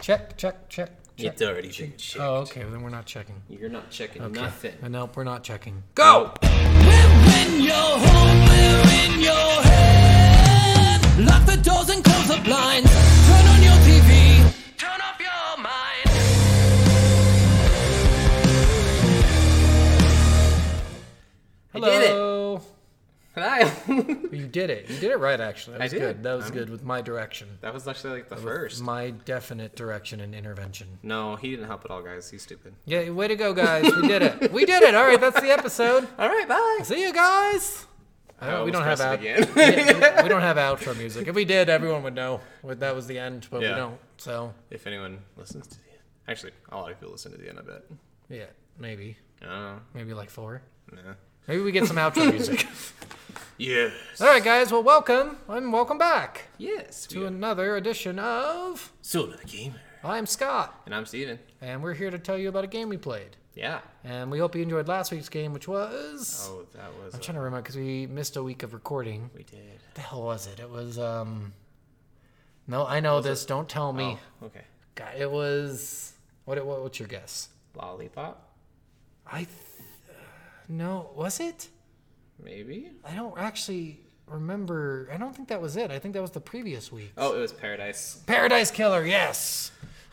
Check, check, check. check. It's already been checked. Oh, okay. Well, then we're not checking. You're not checking nothing. And nope, we're not checking. Go! When you're home, we're in your head. Lock the doors and close the blinds. Turn on your TV. Turn off your mind. I did it. Hello. Kyle. You did it. You did it right, actually. That I was did. good. That was I'm- good with my direction. that was actually like the With first. My definite direction and intervention. No, he didn't help at all, guys. He's stupid. Yeah, way to go, guys. We did it. We did it. All right, that's the episode. All right, bye. See you guys. I Oh, don't- we don't have out. again. Yeah, we don't have outro music. If we did, everyone would know what- that was the end, but we Yeah. don't. So if anyone listens to the end, actually, a lot of people listen to the end. I bet. yeah, maybe, Oh, maybe like four. no. Maybe we get some outro music. Yes. All right, guys. Well, welcome and welcome back Yes. to another edition of Soul of the Gamer. I'm Scott, And I'm Steven. and we're here to tell you about a game we played. Yeah. And we hope you enjoyed last week's game, which was Oh, that was. I'm a- trying to remember because we missed a week of recording. What we did. the hell was it? It was um. No, I know this. Don't tell me. Oh, okay. God, it was. What, what? What's your guess? Lollipop. I th- no, was it? Maybe. I don't actually remember. I don't think that was it. I think that was the previous week. Oh, it was Paradise. Paradise Killer, yes.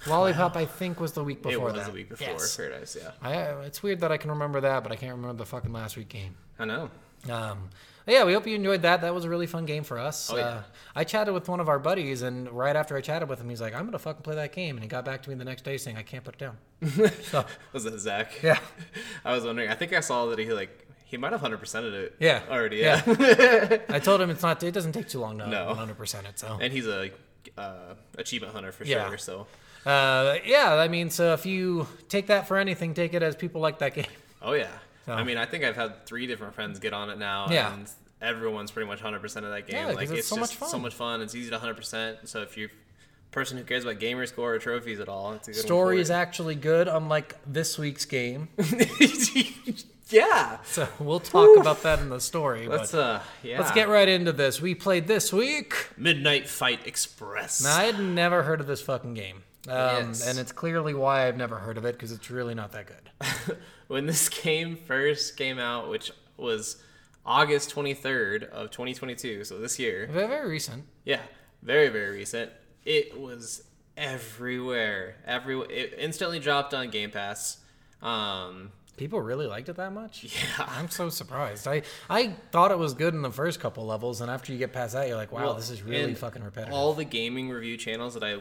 Lollipop, I think, was the week before it was that. the week before Yes. Paradise. Yeah. I, it's weird that I can remember that, but I can't remember the fucking last week game. I know. Um, yeah, we hope you enjoyed that. That was a really fun game for us. Oh, yeah. uh, I chatted with one of our buddies, and right after I chatted with him, he's like, "I'm gonna fucking play that game," and he got back to me the next day saying, "I can't put it down." so, Was that Zach? Yeah. I was wondering. I think I saw that he like he might have hundred percented it. Yeah. Already. Yeah. I told him it's not. It doesn't take too long to No. 100% it. So and he's a uh, achievement hunter for Yeah. sure. So. Uh, yeah, I mean, so if you take that for anything, take it as people like that game. Oh yeah. I mean, I think I've had three different friends get on it now. Yeah. And everyone's pretty much hundred percent of that game. Yeah, 'cause like it's it's, so just much fun. so much fun. It's easy to hundred percent. So if you're a person who cares about gamer score or trophies at all, it's a good Story one is actually good, unlike this week's game. is. yeah. So we'll talk about that in the story. Let's but uh. Yeah. let's get right into this. We played this week. Midnight Fight Express. Now, I had never heard of this fucking game. Um, Yes. And it's clearly why I've never heard of it because it's really not that good. when this game first came out, which was August 23rd of 2022, so this year. Very, very recent. Yeah, very very recent. It was everywhere. Every it instantly dropped on Game Pass. Um, People really liked it that much? yeah, I'm so surprised. I, I thought it was good in the first couple levels, and after you get past that, you're like, wow, Well, this is really and fucking repetitive. All the gaming review channels that I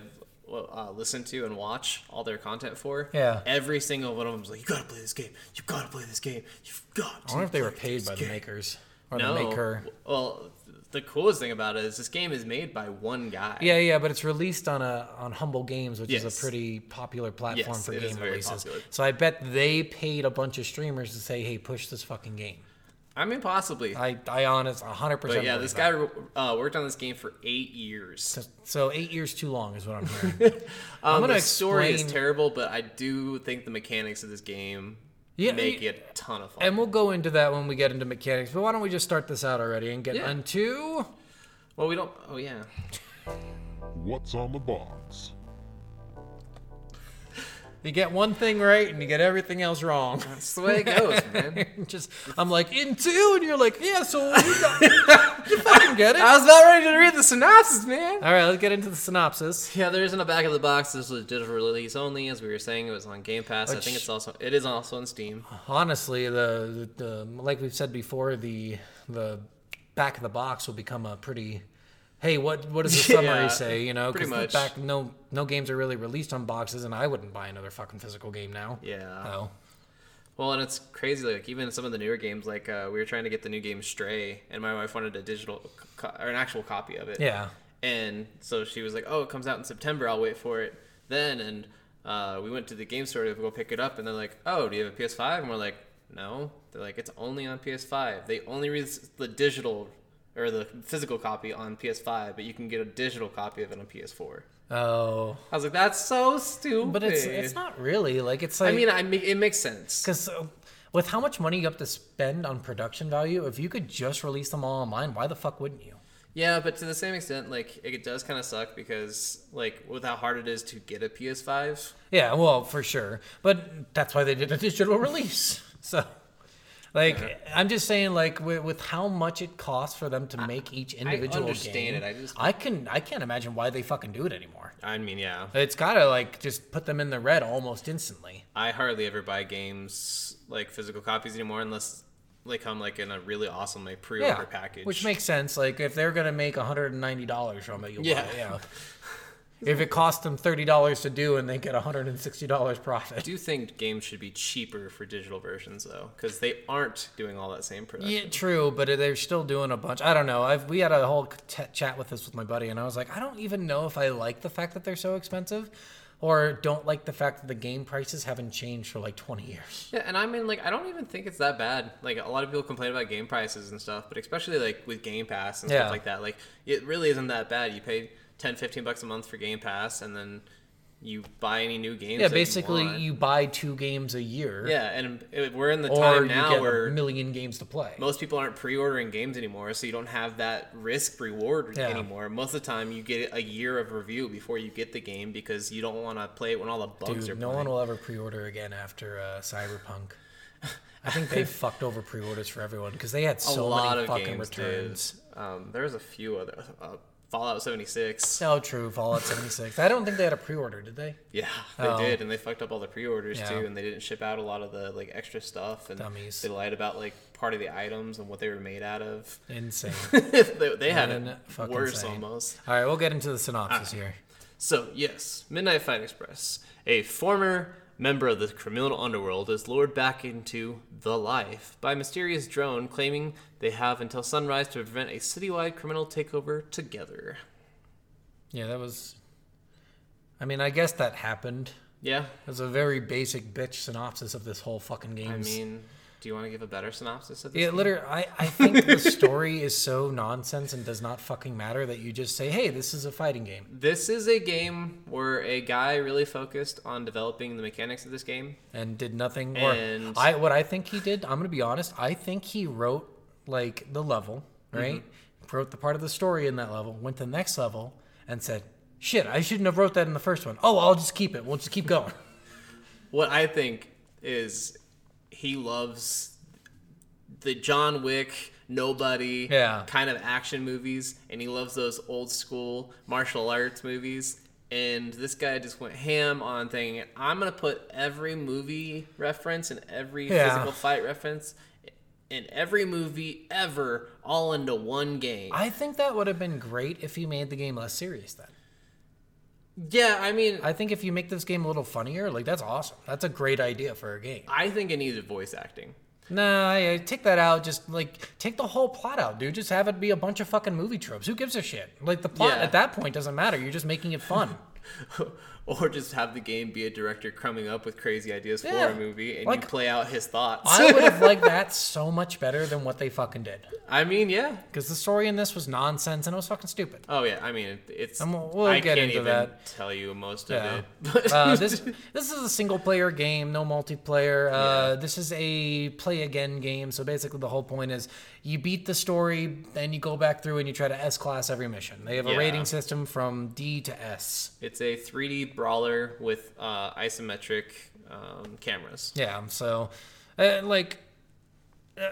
uh, listen to and watch all their content for. Yeah. every single one of them's like, you gotta play this game. You gotta play this game. You've got. I To wonder if they were play paid this by the game." makers or No. the maker. Well, the coolest thing about it is this game is made by one guy. Yeah, yeah, but it's released on a on Humble Games, which is Yes. a pretty popular platform Yes, for it game is very releases. popular. So I bet they paid a bunch of streamers to say, "Hey, push this fucking game." I mean, possibly. I I honest 100% but yeah, believe this guy that. uh, worked on this game for eight years. so 8 years too long is what I'm hearing. I'm Um, going to the story explain is terrible, but I do think the mechanics of this game Yeah, make y- it a ton of fun. and we'll go into that when we get into mechanics. But why don't we just start this out already and get Yeah. into well, we don't. Oh yeah, What's on the box? you get one thing right and you get everything else wrong. that's the way it goes, man. Just I'm like into and you're like, "Yeah, so you, got, you fucking get it." I was about ready to read the synopsis, man. All right, let's get into the synopsis. Yeah, there isn't a back of the box. This was digital release only, as we were saying. It was on Game Pass. I Which- think it's also it is also on Steam. honestly the, the the- like we've said before the the back of the box will become a pretty hey what what does the summary Yeah, say you know pretty 'cause the much. back no no games are really released on boxes and i wouldn't buy another fucking physical game now Yeah. so Well, and it's crazy. Like even some of the newer games, like uh, we were trying to get the new game Stray, and my wife wanted a digital co- or an actual copy of it. yeah And so she was like, "Oh, it comes out in September. I'll wait for it then." And uh, we went to the game store to go pick it up, and they're like, "Oh, do you have a PS5?" And we're like, "No." They're like, "It's only on PS5. They only release the digital or the physical copy on PS5, but you can get a digital copy of it on PS4." oh I was like, "That's so stupid." but it's it's not really like it's I like mean, I make, it makes sense. because with how much money you have to spend on production value if you could just release them all online why the fuck wouldn't you Yeah, but to the same extent, like it does kind of suck because like with how hard it is to get a PS5. Yeah, well, for sure. But that's why they did a digital release. So, like, I'm just saying, like, with, with how much it costs for them to make each individual understand game, it, I just- I can, I can't imagine why they fucking do it anymore. I mean, yeah, It's gotta like just put them in the red almost instantly. I hardly ever buy games like physical copies anymore unless they come like in a really awesome like pre-order Yeah, package. which makes sense. Like, if they're gonna make 190 dollars from it, you'll yeah. Yeah. buy it. Yeah. if it costs them 30 dollars to do and they get 160 dollars profit. I do think games should be cheaper for digital versions though, because they aren't doing all that same production. Yeah, true, but they're still doing a bunch. I don't know. I've, we had a whole t- chat with this with my buddy, and I was like, I don't even know if I like the fact that they're so expensive, or don't like the fact that the game prices haven't changed for like 20 years. Yeah, and I mean, like, I don't even think it's that bad. Like, a lot of people complain about game prices and stuff, but especially like with Game Pass and Yeah. stuff like that, like, it really isn't that bad. You pay 10, 15 bucks a month for Game Pass, and then you buy any new games. Yeah, that basically, you, you, want. buy two games a year, Yeah, and it- we're in the or time you now get where a million games to play. most people aren't pre-ordering games anymore, so you don't have that risk reward Yeah. anymore. Most of the time, you get a year of review before you get the game because you don't want to play it when all the bugs are. Dude, no playing. one will ever pre-order again after uh, Cyberpunk. I think they fucked over pre-orders for everyone because they had so many fucking did. returns. Um, there was a few other uh, Fallout 76. No, true. Fallout 76. I don't think they had a pre-order, did they? Yeah, they did, and they fucked up all the pre-orders Oh. Yeah. too, and they didn't ship out a lot of the like extra stuff, and Dummies. they lied about like part of the items and what they were made out of. Insane. they, they had it fucking worse insane. almost. All right, we'll get into the synopsis here. So, yes, Midnight Fight Express. A former member of the criminal underworld is lured back into the life by a mysterious drone claiming they have until sunrise to prevent a citywide criminal takeover together. Yeah, that was. I mean, I guess that happened. Yeah, It was a very basic bitch synopsis of this whole fucking game. I mean, do you want to give a better synopsis of this? yeah, literally, I, I think the story is so nonsense and does not fucking matter that you just say, hey, this is a fighting game. This is a game where a guy really focused on developing the mechanics of this game. And did nothing. Or And- I, what I think he did, I'm going to be honest, I think he wrote, like, the level, right? Mm-hmm. Wrote the part of the story in that level, went to the next level, and said, shit, I shouldn't have wrote that in the first one. Oh, I'll just keep it. We'll just keep going. What I think is he loves the John Wick, nobody Yeah. kind of action movies, and he loves those old school martial arts movies. And this guy just went ham on thing. I'm gonna put every movie reference and every Yeah. physical fight reference and every movie ever all into one game. I think that would have been great if you made the game less serious then. yeah, I mean, I think if you make this game a little funnier, like that's awesome. That's a great idea for a game. I think it needed voice acting. Nah, yeah, take that out. Just like take the whole plot out, dude. Just have it be a bunch of fucking movie tropes. Who gives a shit? Like the plot Yeah. at that point doesn't matter. You're just making it fun. or just have the game be a director coming up with crazy ideas for Yeah. a movie and Like- you play out his thoughts. I would have liked that so much better than what they fucking did. I mean, yeah. Because the story in this was nonsense and it was fucking stupid. Oh yeah, I mean it- it's I'm- we'll I get can't into even that. tell you most Yeah. of it. But Uh, this this is a single player game, no multiplayer. Uh, This is a play again game. So basically, the whole point is you beat the story, then you go back through and you try to S class every mission. They have a Yeah. rating system from D to S. it's a 3D brawler with uh, isometric um, cameras. Yeah, so uh, like uh,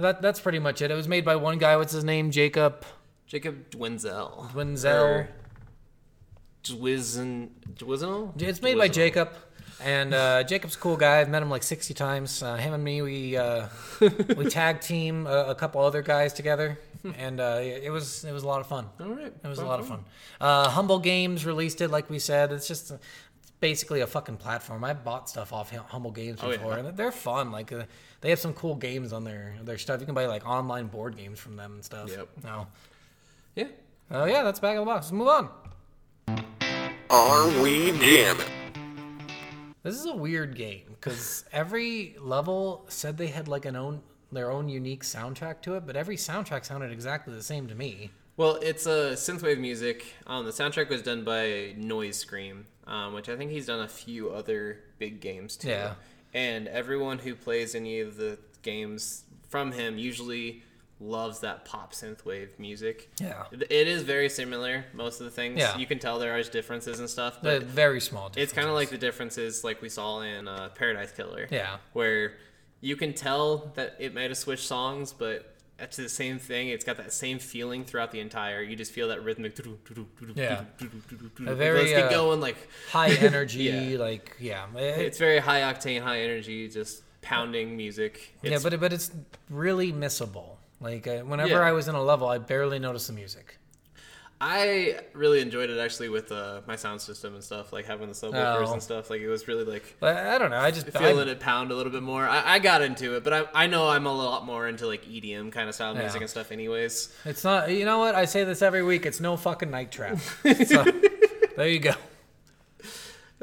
that that's pretty much it. It was made by one guy. What's his name? Jacob Jacob Dwinzel. Wenzel. Or Dwizen Dwizel? It's made by Dwizel. Jacob, and uh, Jacob's a cool guy. I've met him like sixty times. Uh, him and me, we uh, we tag team a, a couple other guys together, and uh, it was it was a lot of fun. All right. It was a lot of fun. Uh, Humble Games released it, like we said. It's just uh, it's basically a fucking platform. I bought stuff off Hum- Humble Games Oh, yeah. before, and they're fun. Like uh, they have some cool games on their their stuff. You can buy like online board games from them and stuff. Yep. No. Yeah. Oh yeah, that's back of the box. Let's move on. Are we in? This is a weird game because every level said they had like an own their own unique soundtrack to it, but every soundtrack sounded exactly the same to me. Well, it's a uh, synthwave music. Um, the soundtrack was done by Noise Scream, um, which I think he's done a few other big games too. Yeah. And everyone who plays any of the games from him usually loves that pop synthwave music. Yeah. It it is very similar, most of the things. Yeah. You can tell there are differences and stuff, The but very small difference. it's kind of like the differences like we saw in uh, Paradise Killer. Yeah. Where you can tell that it might have switched songs, but it's the same thing. It's got that same feeling throughout the entire. You just feel that rhythmic. Yeah. A very, Let's get uh, going. Like high energy, Yeah. like yeah, Eh, it- it's very high octane, high energy, just pounding music. It's, yeah, but but it's really missable. Like uh, whenever Yeah. I was in a level, I barely noticed the music. I really enjoyed it actually with uh, my sound system and stuff, like having the subwoofers Oh. and stuff. Like it was really like But I don't know. I just I- feeling it pound a little bit more. I, I got into it, but I, I know I'm a lot more into like EDM kind of style music Yeah. and stuff, anyways. It's not. You know what? I say this every week. It's no fucking night trap. So, there you go.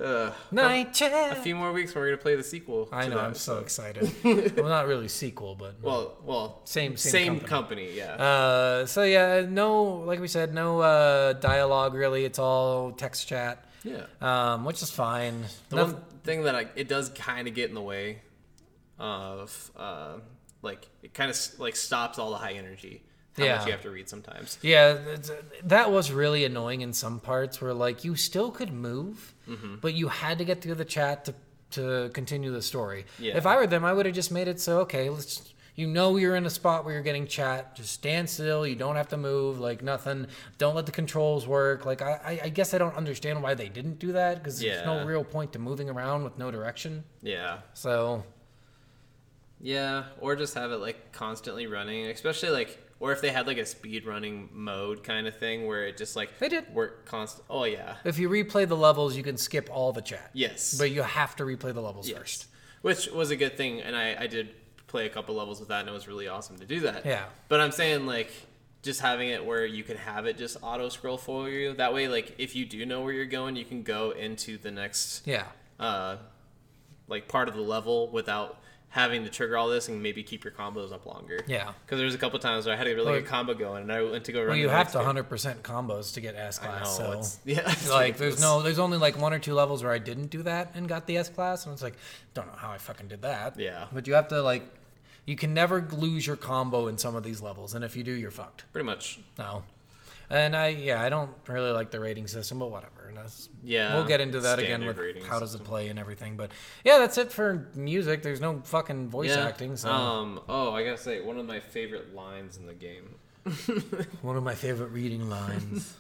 Uh, Night a trap. few more weeks, and we're gonna play the sequel. I to know. that. I'm so excited. well, not really sequel, but well, well, Same- same same company. company, yeah. Uh, so yeah, no, like we said, no uh, dialogue really. It's all text chat, yeah. um, which is fine. The Noth- one thing that I, it does kind of get in the way of, uh, like, it kind of like stops all the high energy. How Yeah. much you have to read sometimes. Yeah, it's- that was really annoying in some parts where like you still could move, Mm-hmm. but you had to get through the chat to to continue the story. Yeah. If I were them, I would have just made it so okay, let's you know you're in a spot where you're getting chat, just stand still, you don't have to move, like nothing. Don't let the controls work. Like I I- I guess I don't understand why they didn't do that because there's no Yeah. real point to moving around with no direction. Yeah. So Yeah, or just have it like constantly running, especially like or if they had like a speed running mode kind of thing where it just like They did. work constant. Oh yeah, if you replay the levels, you can skip all the chat. yes, But you have to replay the levels yes, first. which was a good thing, and I I did play a couple levels with that, and it was really awesome to do that. Yeah. but I'm saying like just having it where you can have it just auto scroll for you. That way, like if you do know where you're going, you can go into the next Yeah. uh like part of the level without having to trigger all this and maybe keep your combos up longer. Yeah. Because there was a couple times where I had a really Well, good combo going, and I went to go run. Well, the you have next to game. 100% combos to get S I know. class. so it's, yeah. it's like, there's ridiculous. no, there's only like one or two levels where I didn't do that and got the S class, and it's like, don't know how I fucking did that. Yeah. But you have to like, you can never lose your combo in some of these levels, and if you do, you're fucked. Pretty much. No. And I, yeah, I don't really like the rating system, but whatever. And that's, Yeah, We'll get into that again standard with rating how does it play and everything. But yeah, that's it for music. There's no fucking voice Yeah. acting. So Um. Oh, I gotta say, one of my favorite lines in the game, one of my favorite reading lines.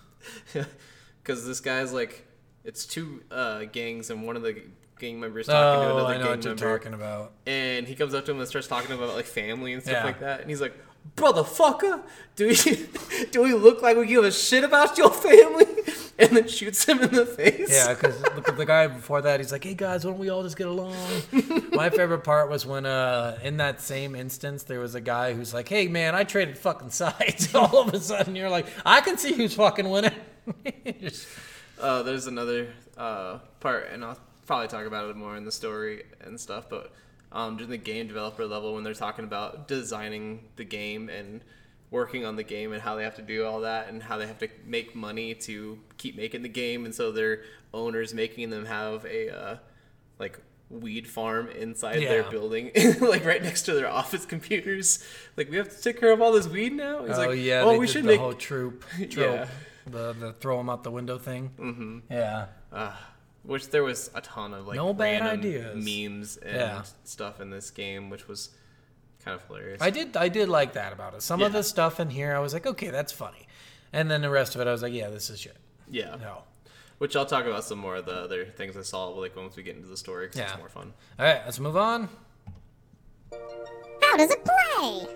because this guy's like, it's two uh, gangs, and one of the gang members talking to oh, another I know gang what you're member, talking about. and he comes up to him and starts talking about like family and stuff Yeah. like that, and he's like, "Brother fucker, do we do we look like we give a shit about your family?" And then shoots him in the face. Yeah, because the, the guy before that, he's like, "Hey guys, why don't we all just get along?" My favorite part was when, uh, in that same instance, there was a guy who's like, "Hey man, I traded fucking sides." all of a sudden, you're like, "I can see who's fucking winning." Uh, there's another uh, part, and I'll probably talk about it more in the story and stuff. But um, during the game developer level, when they're talking about designing the game and working on the game and how they have to do all that and how they have to make money to keep making the game, and so their owners making them have a uh, like weed farm inside their Yeah. building, like right next to their office computers. Like we have to take care of all this weed now. He's oh like, yeah, oh they we did should the make whole troop, trope, Yeah. the the throw them out the window thing. Mm-hmm. Yeah, which there was a ton of like No bad random ideas. memes and Yeah. stuff in this game, which was kind of hilarious. I did I did like that about it. Some of Yeah. the stuff in here, I was like, "Okay, that's funny," and then the rest of it, I was like, "Yeah, this is shit." yeah, No. which I'll talk about some more of the other things I saw like once we get into the story because Yeah. it's more fun. All right, let's move on. How does it play?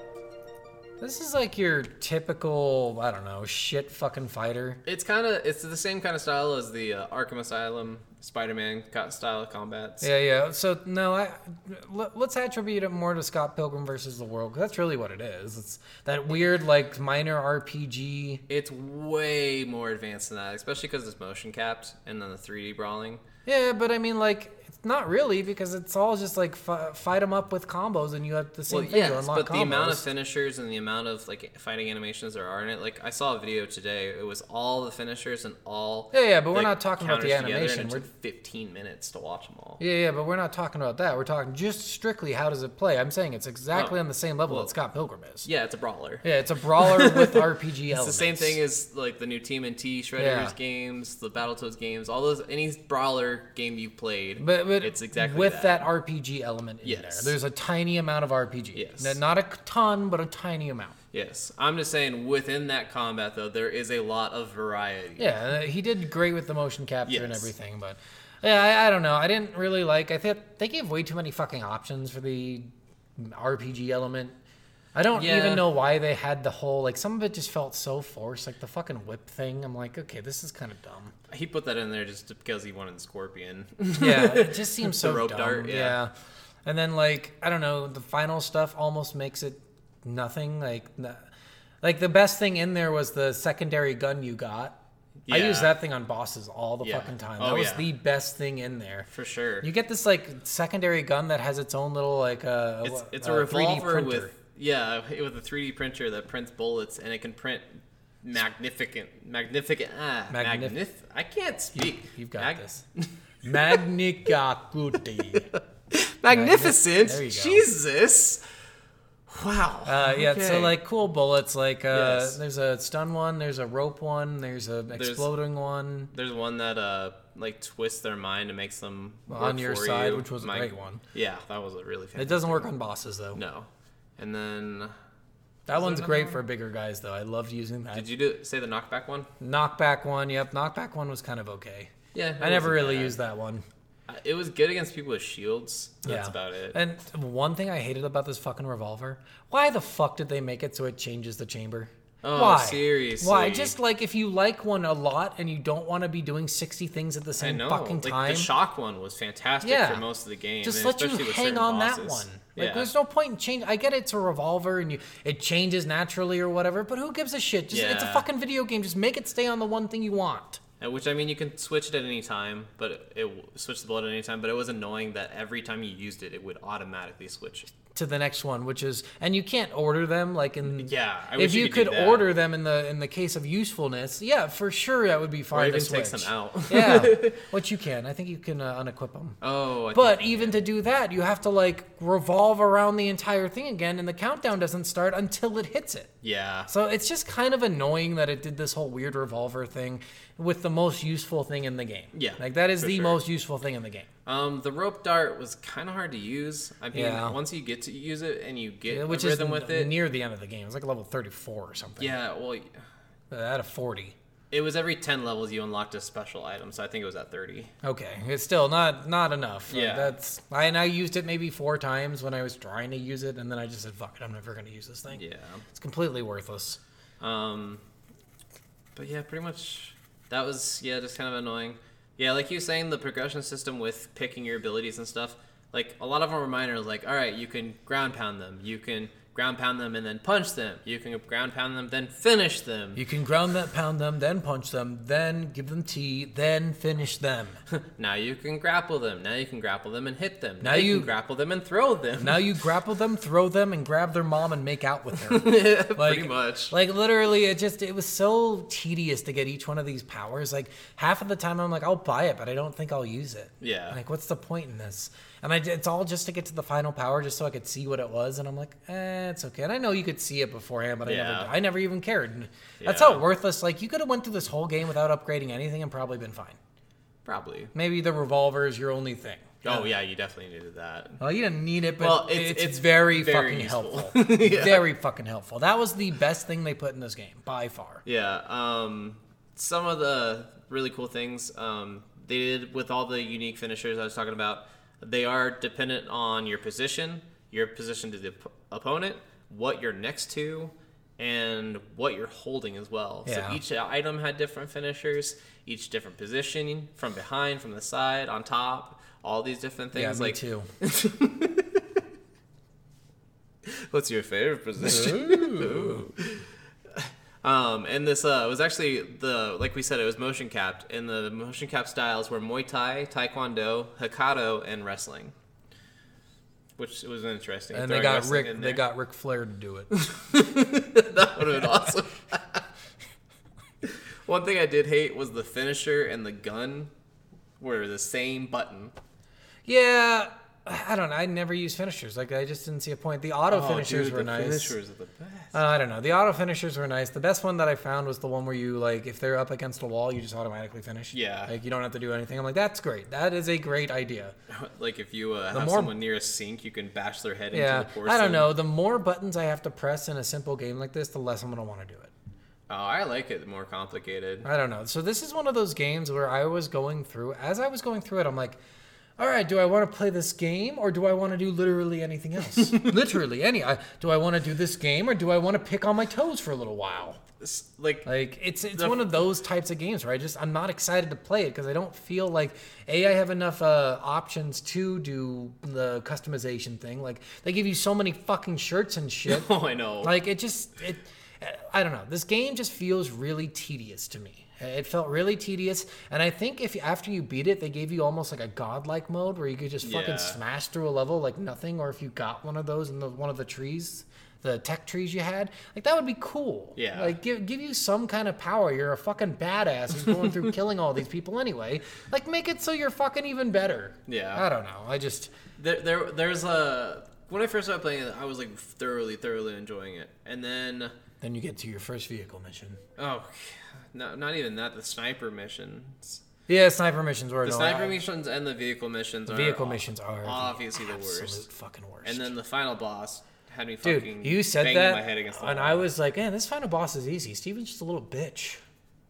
This is like your typical, I don't know, shit fucking fighter. It's kind of it's the same kind of style as the uh, Arkham Asylum Spider-Man co- style of combats. Yeah, yeah. So no, I let- let's attribute it more to Scott Pilgrim versus the World. 'cause that's really what it is. It's that weird like minor RPG. It's way more advanced than that, especially because it's motion capped and then the 3D brawling. Yeah, but I mean like not really because it's all just like f- fight them up with combos, and you have the same Well, thing to yes, unlock but the amount of combos. finishers and the amount of like fighting animations there are in it, like I saw a video today. It was all the finishers and all. Yeah, yeah, but we're the not talking about the counters together, and animation. it We're- took 15 minutes to watch them all. Yeah, yeah, but we're not talking about that. We're talking just strictly how does it play. I'm saying it's exactly Oh, on the same level well- that Scott Pilgrim is. Yeah, it's a brawler. Yeah, it's a brawler with RPG elements. It's the same thing as like the new Team and T Shredder's Yeah. games, the Battletoads games, all those any brawler game you played. But, but it's exactly with that. RPG element in Yes. there. There's a tiny amount of RPG. Yes. N- Not a ton, but a tiny amount. Yes, I'm just saying within that combat though, there is a lot of variety. Yeah, uh, he did great with the motion capture and Yes. everything, but yeah, I, I don't know. I didn't really like. I think they gave way too many fucking options for the RPG element. I don't Yeah. even know why they had the whole like. Some of it just felt so forced, like the fucking whip thing. I'm like, okay, this is kind of dumb. He put that in there just because he wanted Scorpion. Yeah, it just seems so rope dumb. dart, yeah. yeah. and then like I don't know, the final stuff almost makes it nothing. Like, n- like the best thing in there was the secondary gun you got. I Yeah. use that thing on bosses all the Yeah. fucking time. Oh, that was yeah. the best thing in there. For sure. You get this like secondary gun that has its own little like uh, It's wha- it's uh, a 3D revolver printer. with yeah with a 3D printer that prints bullets and it can print magnificent magnificent ah Magnif- magnif- I can't speak. You've got Mag- this. Magnicacuti. Magnificent. There you go. Jesus. Wow. Uh, yeah, so Okay. like cool bullets. Like uh, Yes. there's a stun one, there's a rope one, there's a exploding one there's one that uh like twists their mind and makes them on work your for side, you. which was a My- great one. Yeah, that was a really It fantastic. doesn't work on bosses though. No, and then that one's another great one? for bigger guys though. I loved using that. did you do say the knockback one? knockback one? Yep, knockback one was kind of okay. Yeah, it I never wasn't really bad. used that one. Uh, It was good against people with shields. That's yeah. about it. And one thing I hated about this fucking revolver, why the fuck did they make it so it changes the chamber? Oh, why? Why? seriously. Just like if you like one a lot and you don't want to be doing 60 things at the I same know. fucking like time. the shock one was fantastic Yeah. for most of the game. just and let you especially with hang certain on that bosses. one. Like, yeah. there's no point in change. I get it's a revolver and you it changes naturally or whatever, but who gives a shit? Just it's a Yeah. fucking video game. Just make it stay on the one thing you want. Uh, Which I mean, you can switch it at any time, but it, it w- switch the bullet at any time. But it was annoying that every time you used it, it would automatically switch. To the next one, which is, and you can't order them like in. Mm, Yeah, I if wish you, you could, could do that. order them in the in the case of usefulness, yeah, for sure that would be fine. Or to even take switch. some out. yeah, which you can. I think you can uh, unequip them. Oh, I But think- even to do that, you have to like revolve around the entire thing again, and the countdown doesn't start until it hits it. yeah, So it's just kind of annoying that it did this whole weird revolver thing with the most useful thing in the game. Yeah, Like that is for the sure. most useful thing in the game. um, the rope dart was kind of hard to use. I mean, Yeah. once you get to use it and you get Yeah, a Which is rhythm with it, near the end of the game. It's like level 34 or something. yeah. Well, Uh, Out of 40. it was every ten levels you unlocked a special item, so I think it was at thirty. Okay. It's still not not enough. Like, Yeah. That's I and I used it maybe four times when I was trying to use it and then I just said, fuck it, I'm never gonna use this thing. Yeah. It's completely worthless. Um, but yeah, pretty much that was yeah, just kind of annoying. Yeah, like you were saying, the progression system with picking your abilities and stuff. Like a lot of them were minor. Like all right, you can ground pound them. You can ground pound them and then punch them. You can ground pound them then finish them. You can ground them, pound them, then punch them, then give them tea, then finish them. now you can grapple them. Now you can grapple them and hit them. Now Now, you, you- can grapple them and throw them. Now you grapple them, throw them, and grab their mom and make out with her. Like- pretty much. Like literally, it just it was so tedious to get each one of these powers. Like half of the time, I'm like, I'll buy it, but I don't think I'll use it. Yeah. Like, what's the point in this? And I, it's all just to get to the final power, just so I could see what it was. And I'm like, eh, it's okay. And I know you could see it beforehand, but I Yeah. never, I never even cared. And That's Yeah. how worthless. Like you could have went through this whole game without upgrading anything and probably been fine. Probably. Maybe the revolver is your only thing. Oh yeah, you definitely needed that. Well, you didn't need it, but Well, it's, it's- it's, it's very, very fucking useful. helpful. Very fucking helpful. That was the best thing they put in this game by far. Yeah. Um, some of the really cool things um, they did with all the unique finishers I was talking about, they are dependent on your position, your position to the op- opponent, what you're next to, and what you're holding as well. Yeah. So each item had different finishers, each different position, from behind, from the side, on top, all these different things. Yeah, me like, too. What's your favorite position? Ooh. Um, and this uh, was actually the like we said it was motion capped, and the motion cap styles were Muay Thai, Taekwondo, Hikato, and wrestling. Which was interesting. And they throwing got wrestling Rick. in They there. got Ric Flair to do it. that would have been awesome. One thing I did hate was the finisher and the gun were the same button. yeah, I don't know. I never use finishers. Like I just didn't see a point. The auto finishers were Oh, the nice. Finishers are the best. Uh, I don't know. The auto finishers were nice. The best one that I found was the one where you like, if they're up against a wall, you just automatically finish. Yeah. Like you don't have to do anything. I'm like, that's great. That is a great idea. like if you uh, have more- someone near a sink, you can bash their head Yeah. into the porcelain. I don't know. The more buttons I have to press in a simple game like this, the less I'm gonna want to do it. Oh, I like it more complicated. I don't know. So this is one of those games where I was going through. As I was going through it, I'm like, all right, do I want to play this game or do I want to do literally anything else? literally any. I, do I want to do this game or do I want to pick on my toes for a little while? S- Like, Like it's it's The- one of those types of games where I just I'm not excited to play it because I don't feel like a I have enough uh, options to do the customization thing. Like they give you so many fucking shirts and shit. oh, I know. Like it just it I don't know. This game just feels really tedious to me. It felt really tedious, and I think if after you beat it, they gave you almost like a godlike mode where you could just fucking Yeah. smash through a level like nothing, or if you got one of those in the one of the trees, the tech trees you had, like that would be cool. Yeah. Like give give you some kind of power. You're a fucking badass who's going through killing all these people anyway. Like make it so you're fucking even better. Yeah. I don't know. I just there, there there's a when I first started playing it, I was like thoroughly, thoroughly enjoying it, and then then you get to your first vehicle mission. oh, no, not even that. The sniper missions, Yeah, sniper missions were the annoying. sniper missions, and the vehicle missions. Are Vehicle ob- missions are Uh, obviously the absolute worst. fucking worst. And then the final boss had me dude, fucking you said banging that, my head against the and wall. I was like, "Man, this final boss is easy." Steven's just a little bitch.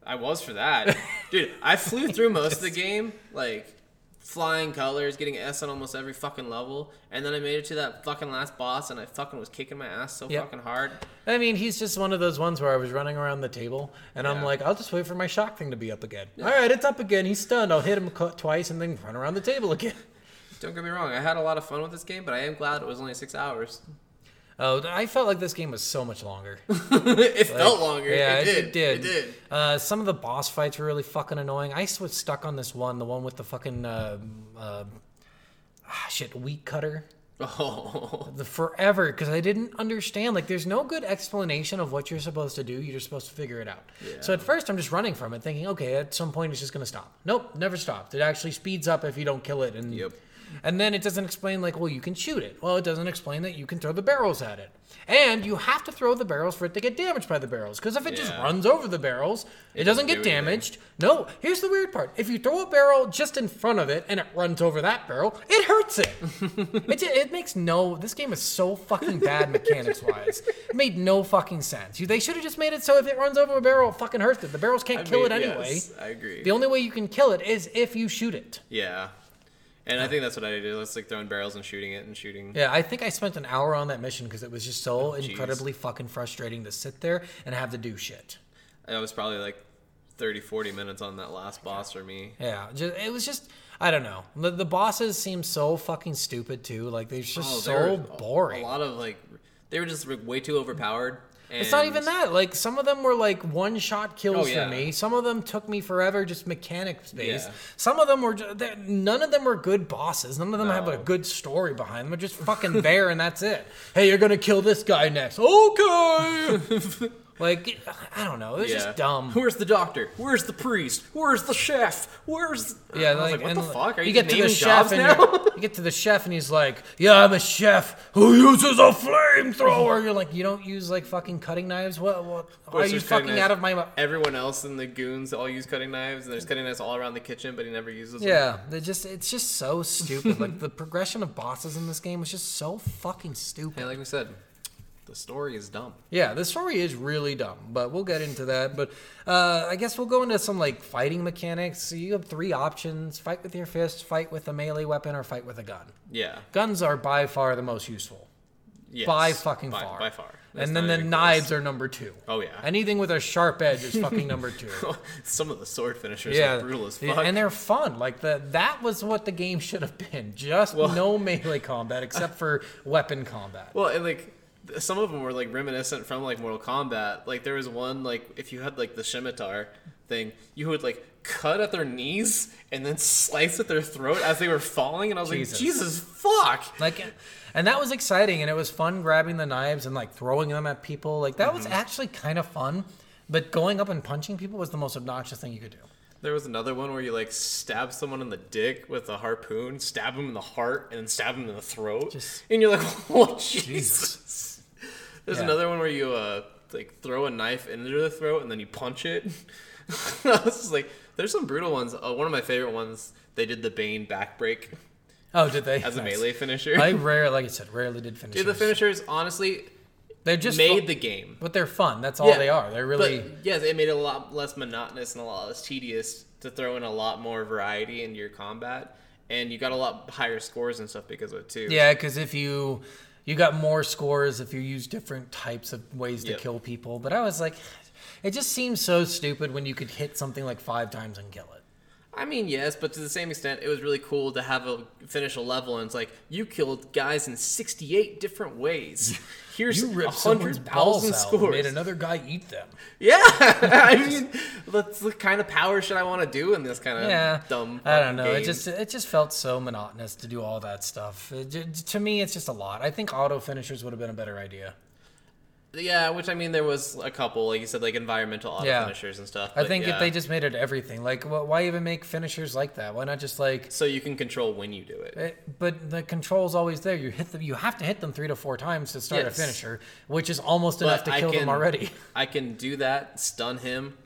I was for that. Dude, I flew through most of the game, like flying colors, getting S on almost every fucking level, and then I made it to that fucking last boss and I fucking was kicking my ass so Yep. fucking hard. I mean, he's just one of those ones where I was running around the table, and I'm Yeah. like, "I'll just wait for my shock thing to be up again." All right, it's up again. He's stunned. I'll hit him co- twice, and then run around the table again. Don't get me wrong, I had a lot of fun with this game, but I am glad it was only six hours. Oh, I felt like this game was so much longer. it felt longer. Yeah, it, did. did. It did. Uh, some of the boss fights were really fucking annoying. I was stuck on this one, the one with the fucking uh, uh, ah, shit wheat cutter. Oh, the forever because I didn't understand. Like, there's no good explanation of what you're supposed to do. You're just supposed to figure it out. So at first, I'm just running from it, thinking, okay, at some point it's just gonna stop. Nope, never stopped. It actually speeds up if you don't kill it. And Yep. and then it doesn't explain like, well, you can shoot it. Well, it doesn't explain that you can throw the barrels at it, and you have to throw the barrels for it to get damaged by the barrels. Because if it just Yeah. runs over the barrels, it, doesn't doesn't get do anything. damaged. No, here's the weird part. If you throw a barrel just in front of it and it runs over that barrel, it hurts it. it, ju- it makes no. This game is so fucking bad mechanics wise. It made no fucking sense. You, they should have just made it so if it runs over a barrel, it fucking hurts it. The barrels can't I kill mean, it anyway. yes, I agree. The only way you can kill it is if you shoot it. yeah. And I think that's what I do. That's like throwing barrels and shooting it and shooting. Yeah, I think I spent an hour on that mission because it was just so incredibly fucking frustrating to sit there and have to do shit. I was probably like 30, 40 minutes on that last boss for me. Yeah, just, it was just I don't know. The, the bosses seem so fucking stupid too. Like they're just Oh, they so were a- boring. A lot of like, they were just like, way too overpowered. And it's not even that. Like some of them were like one shot kills Oh, yeah. for me. Some of them took me forever, just mechanics based. Yeah. Some of them were ju- they're- none of them were good bosses. None of them have a No. good story behind them. They're just fucking there and that's it. Hey, you're gonna kill this guy next. Okay. like I don't know. It was just dumb. Where's the doctor? Where's the priest? Where's the chef? Where's Yeah, I was like, what and the fuck? Are you, get to just the naming chef jobs and now? you're- you get to the chef and he's like, "Yeah, I'm a chef who uses a flamethrower." You're like, "You don't use like fucking cutting knives? What? what why are Where's you his cutting fucking knife? out of my?" mu-" Everyone else in the goons all use cutting knives, and there's cutting knives all around the kitchen, but he never uses them. Yeah, they just it's just so stupid. like the progression of bosses in this game was just so fucking stupid. Hey, like we said, the story is dumb. Yeah, the story is really dumb, but we'll get into that. But uh, I guess we'll go into some like fighting mechanics. So you have three options: fight with your fist, fight with a melee weapon, or fight with a gun. Yeah. Guns are by far the most useful. Yes. by fucking by, far. By far. That's And then not the even knives are number two. Oh, yeah. Anything with a sharp edge is fucking number two. close. Some of the sword finishers yeah. are brutal as Yeah, fuck. And they're fun. Like the that was what the game should have been. Just no melee combat except for weapon combat. Well, and like th- some of them were like reminiscent from like Mortal Kombat. Like there was one like if you had like the scimitar thing, you would like cut at their knees and then slice at their throat as they were falling, and I was Jesus. like, Jesus fuck! Like, and that was exciting, and it was fun grabbing the knives and like throwing them at people. Like that Mm-hmm. was actually kind of fun. But going up and punching people was the most obnoxious thing you could do. There was another one where you like stab someone in the dick with a harpoon, stab him in the heart, and then stab him in the throat. Just- and you're like, oh Jesus. There's Yeah. another one where you uh like throw a knife into the throat and then you punch it. I was just like, there's some brutal ones. Uh, one of my favorite ones, they did the Bane backbreak Oh, did they? as a Nice. melee finisher. I rare, like I said, rarely did finish. Dude, the finishers honestly They just made fu- the game. but they're fun. That's all Yeah, they are. They're really But yes, it made it a lot less monotonous and a lot less tedious to throw in a lot more variety in your combat, and you got a lot higher scores and stuff because of it too. yeah. Because if you you got more scores if you use different types of ways to Yep. kill people. But I was like, it just seems so stupid when you could hit something like five times and kill it. I mean, yes, but to the same extent, it was really cool to have a finish a level, and it's like you killed guys in sixty-eight different ways. Here's You a ripped someone's hundred balls thousand out and scores. made another guy eat them. yeah, I mean, that's the kind of power should I want to do in this kind of yeah, dumb. I don't fucking know. It game? just it just felt so monotonous to do all that stuff. It j- to me, it's just a lot. I think auto finishers would have been a better idea. Yeah, which I mean, there was a couple, like you said, like environmental auto Yeah. finishers and stuff. I but think yeah. if they just made it everything, like wh- why even make finishers like that? Why not just like? so you can control when you do it. eh, But the control's always there. You hit them. You have to hit them three to four times to start Yes. a finisher, which is almost enough But to I kill can- them already. I can do that, stun him,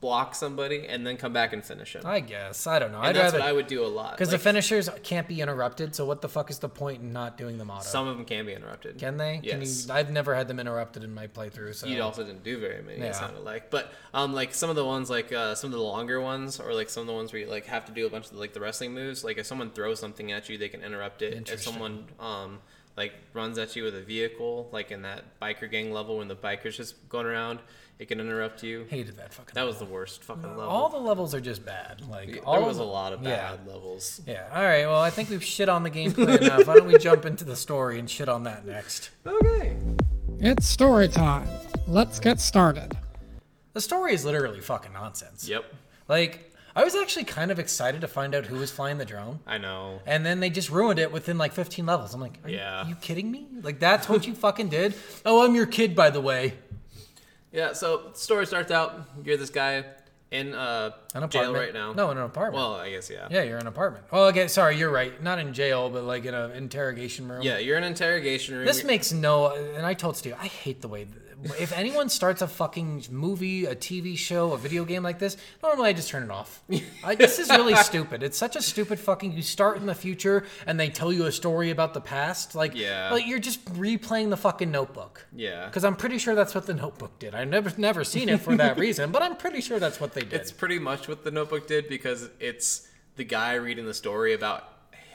block somebody, and then come back and finish him. I guess. I don't know. and I'd that's rather what I would do a lot. because like, the finishers can't be interrupted. So what the fuck is the point in not doing them auto? some of them can be interrupted. Can they? Can you, Yes. I've never had them interrupted in my playthrough. So you also didn't do very many. Yeah. It sounded like, but um, like some of the ones, like uh, some of the longer ones, or like some of the ones where you like have to do a bunch of like the wrestling moves. Like if someone throws something at you, they can interrupt it. If Interesting. someone um, like runs at you with a vehicle, like in that biker gang level when the biker's just going around, it can interrupt you. hated that fucking. That was the worst fucking level. All the levels are just bad. Like all there was the- a lot of bad Yeah. levels. Yeah. All right. Well, I think we've shit on the gameplay enough. Why don't we jump into the story and shit on that next? Okay. It's story time. Let's get started. The story is literally fucking nonsense. Yep. Like I was actually kind of excited to find out who was flying the drone. I know. And then they just ruined it within like 15 levels. I'm like, are Yeah. you, you kidding me? Like, that's what you fucking did? Oh, I'm your kid, by the way. Yeah. So story starts out. You're this guy in uh An apartment. jail right now. No, in an apartment. Well, I guess yeah. yeah, you're in an apartment. Well, okay, sorry, you're right. Not in jail, but like in an interrogation room. Yeah, you're in an interrogation room. This You're- makes no. And I told Steve, I hate the way. If anyone starts a fucking movie, a TV show, a video game like this, normally I just turn it off. I, this is really stupid. It's such a stupid fucking. You start in the future and they tell you a story about the past. Like, Yeah. like you're just replaying the fucking Notebook. Yeah. Because I'm pretty sure that's what the Notebook did. I've never never seen it for that reason, but I'm pretty sure that's what they did. It's pretty much what the notebook did because it's the guy reading the story about